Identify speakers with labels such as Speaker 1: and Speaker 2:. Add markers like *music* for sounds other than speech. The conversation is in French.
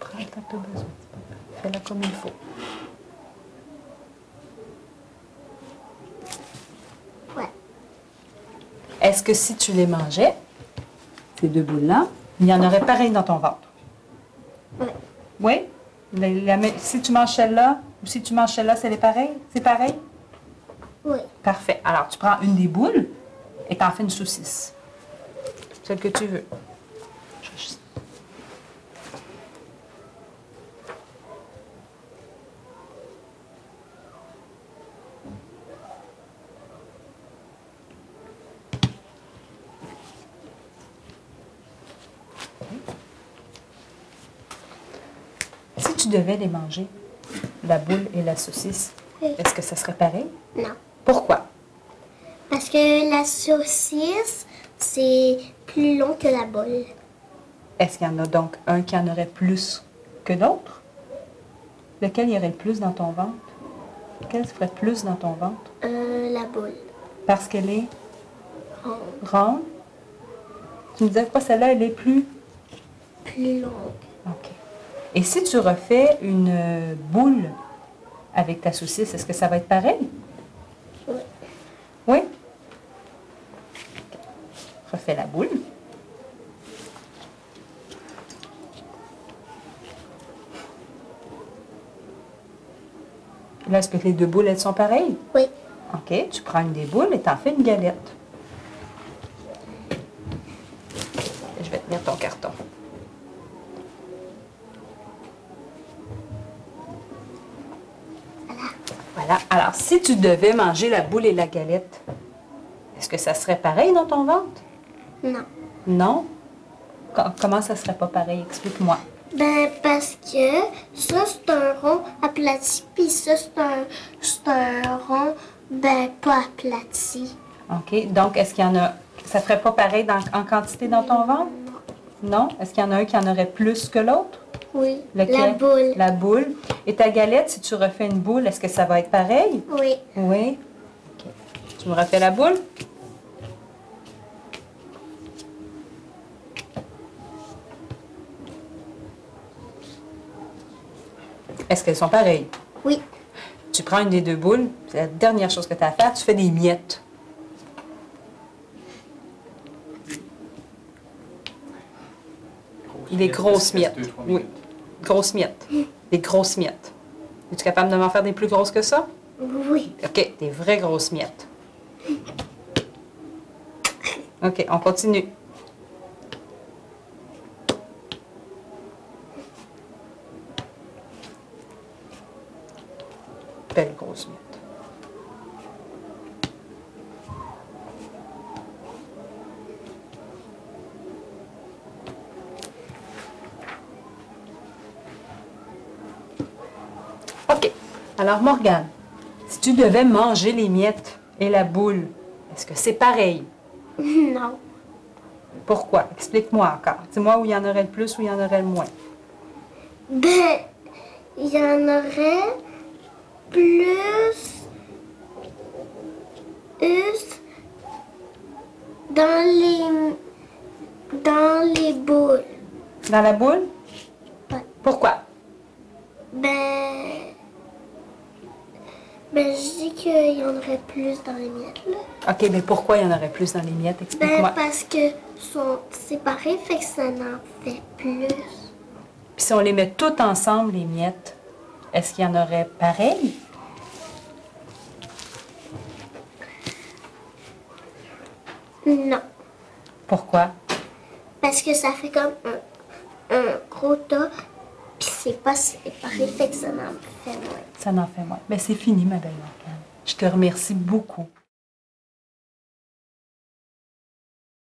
Speaker 1: pas de besoin. Fais-la comme il faut.
Speaker 2: Ouais.
Speaker 1: Est-ce que si tu les mangeais,
Speaker 3: Ces deux boules-là.
Speaker 1: il y en aurait pareil dans ton ventre?
Speaker 2: Ouais.
Speaker 1: Oui? La- la mé- si tu manges celle-là ou si tu manges celle-là, c'est les pareils? C'est pareil?
Speaker 2: Oui.
Speaker 1: Parfait. Alors, tu prends une des boules et t'en fais une saucisse. Celle que tu veux. Je vais juste- Si tu devais les manger, la boule et la saucisse,
Speaker 2: Oui.
Speaker 1: est-ce que ça serait pareil?
Speaker 2: Non.
Speaker 1: Pourquoi?
Speaker 2: Parce que la saucisse, c'est plus long que la boule.
Speaker 1: Est-ce qu'il y en a donc un qui en aurait plus que d'autres? Lequel irait le plus dans ton ventre? Lequel ferait plus dans ton ventre?
Speaker 2: Euh, la boule. Oh,
Speaker 1: Parce qu'elle est
Speaker 2: Ronde.
Speaker 1: ronde. Tu me disais quoi, celle-là, elle est plus...
Speaker 2: Plus longue.
Speaker 1: OK. Et si tu refais une euh, boule avec ta saucisse, est-ce que ça va être pareil?
Speaker 2: Oui.
Speaker 1: Oui? Ok. Refais la boule. Là, est-ce que les deux boules, elles sont pareilles?
Speaker 2: Oui.
Speaker 1: OK, tu prends une des boules et t'en fais une galette. Je vais tenir ton carton. Voilà. Alors, si tu devais manger la boule et la galette, est-ce que ça serait pareil dans ton ventre?
Speaker 2: Non.
Speaker 1: Non? Com- comment ça serait pas pareil? Explique-moi.
Speaker 2: Ben, parce que ça, c'est un rond aplati, puis ça, c'est un, c'est un rond, ben, pas aplati.
Speaker 1: OK. Donc, est-ce qu'il y en a... Ça ferait pas pareil dans- en quantité dans ton ventre? Non? Est-ce qu'il y en a un qui en aurait plus que l'autre?
Speaker 2: Oui.
Speaker 1: Lequel?
Speaker 2: La boule.
Speaker 1: La boule. Et ta galette, si tu refais une boule, est-ce que ça va être pareil?
Speaker 2: Oui.
Speaker 1: Oui. OK. Tu me refais la boule? Est-ce qu'elles sont pareilles?
Speaker 2: Oui.
Speaker 1: Tu prends une des deux boules, c'est la dernière chose que tu as à faire, tu fais des miettes. Des grosses miettes. Oui. Grosses miettes. Des grosses miettes. Es-tu capable de m'en faire des plus grosses que ça?
Speaker 2: Oui. *laughs*
Speaker 1: OK, des vraies grosses miettes. OK, on continue. Belle grosse miette. OK. Alors, Morgane, si tu devais manger les miettes et la boule, est-ce que c'est pareil?
Speaker 2: Non.
Speaker 1: Pourquoi? Explique-moi encore. Dis-moi où il y en aurait le plus, où il y en aurait le moins.
Speaker 2: Ben, il y en aurait plus, plus dans les, dans les boules.
Speaker 1: Dans la boule?
Speaker 2: Ouais.
Speaker 1: Pourquoi?
Speaker 2: Ben, ben, je dis qu'il y en aurait plus dans les miettes. là.
Speaker 1: OK, mais pourquoi il y en aurait plus dans les miettes?
Speaker 2: Ben,
Speaker 1: Explique-moi.
Speaker 2: parce que sont séparés, fait que ça en fait plus.
Speaker 1: Puis si on les met toutes ensemble, les miettes, est-ce qu'il y en aurait pareil?
Speaker 2: Non,
Speaker 1: Pourquoi?
Speaker 2: parce que ça fait comme un, un gros tas, puis c'est pas séparé, fait que ça en fait moins.
Speaker 1: Ben, Ça n'en fait moins. Mais c'est fini, ma belle Morgane. Je te remercie beaucoup.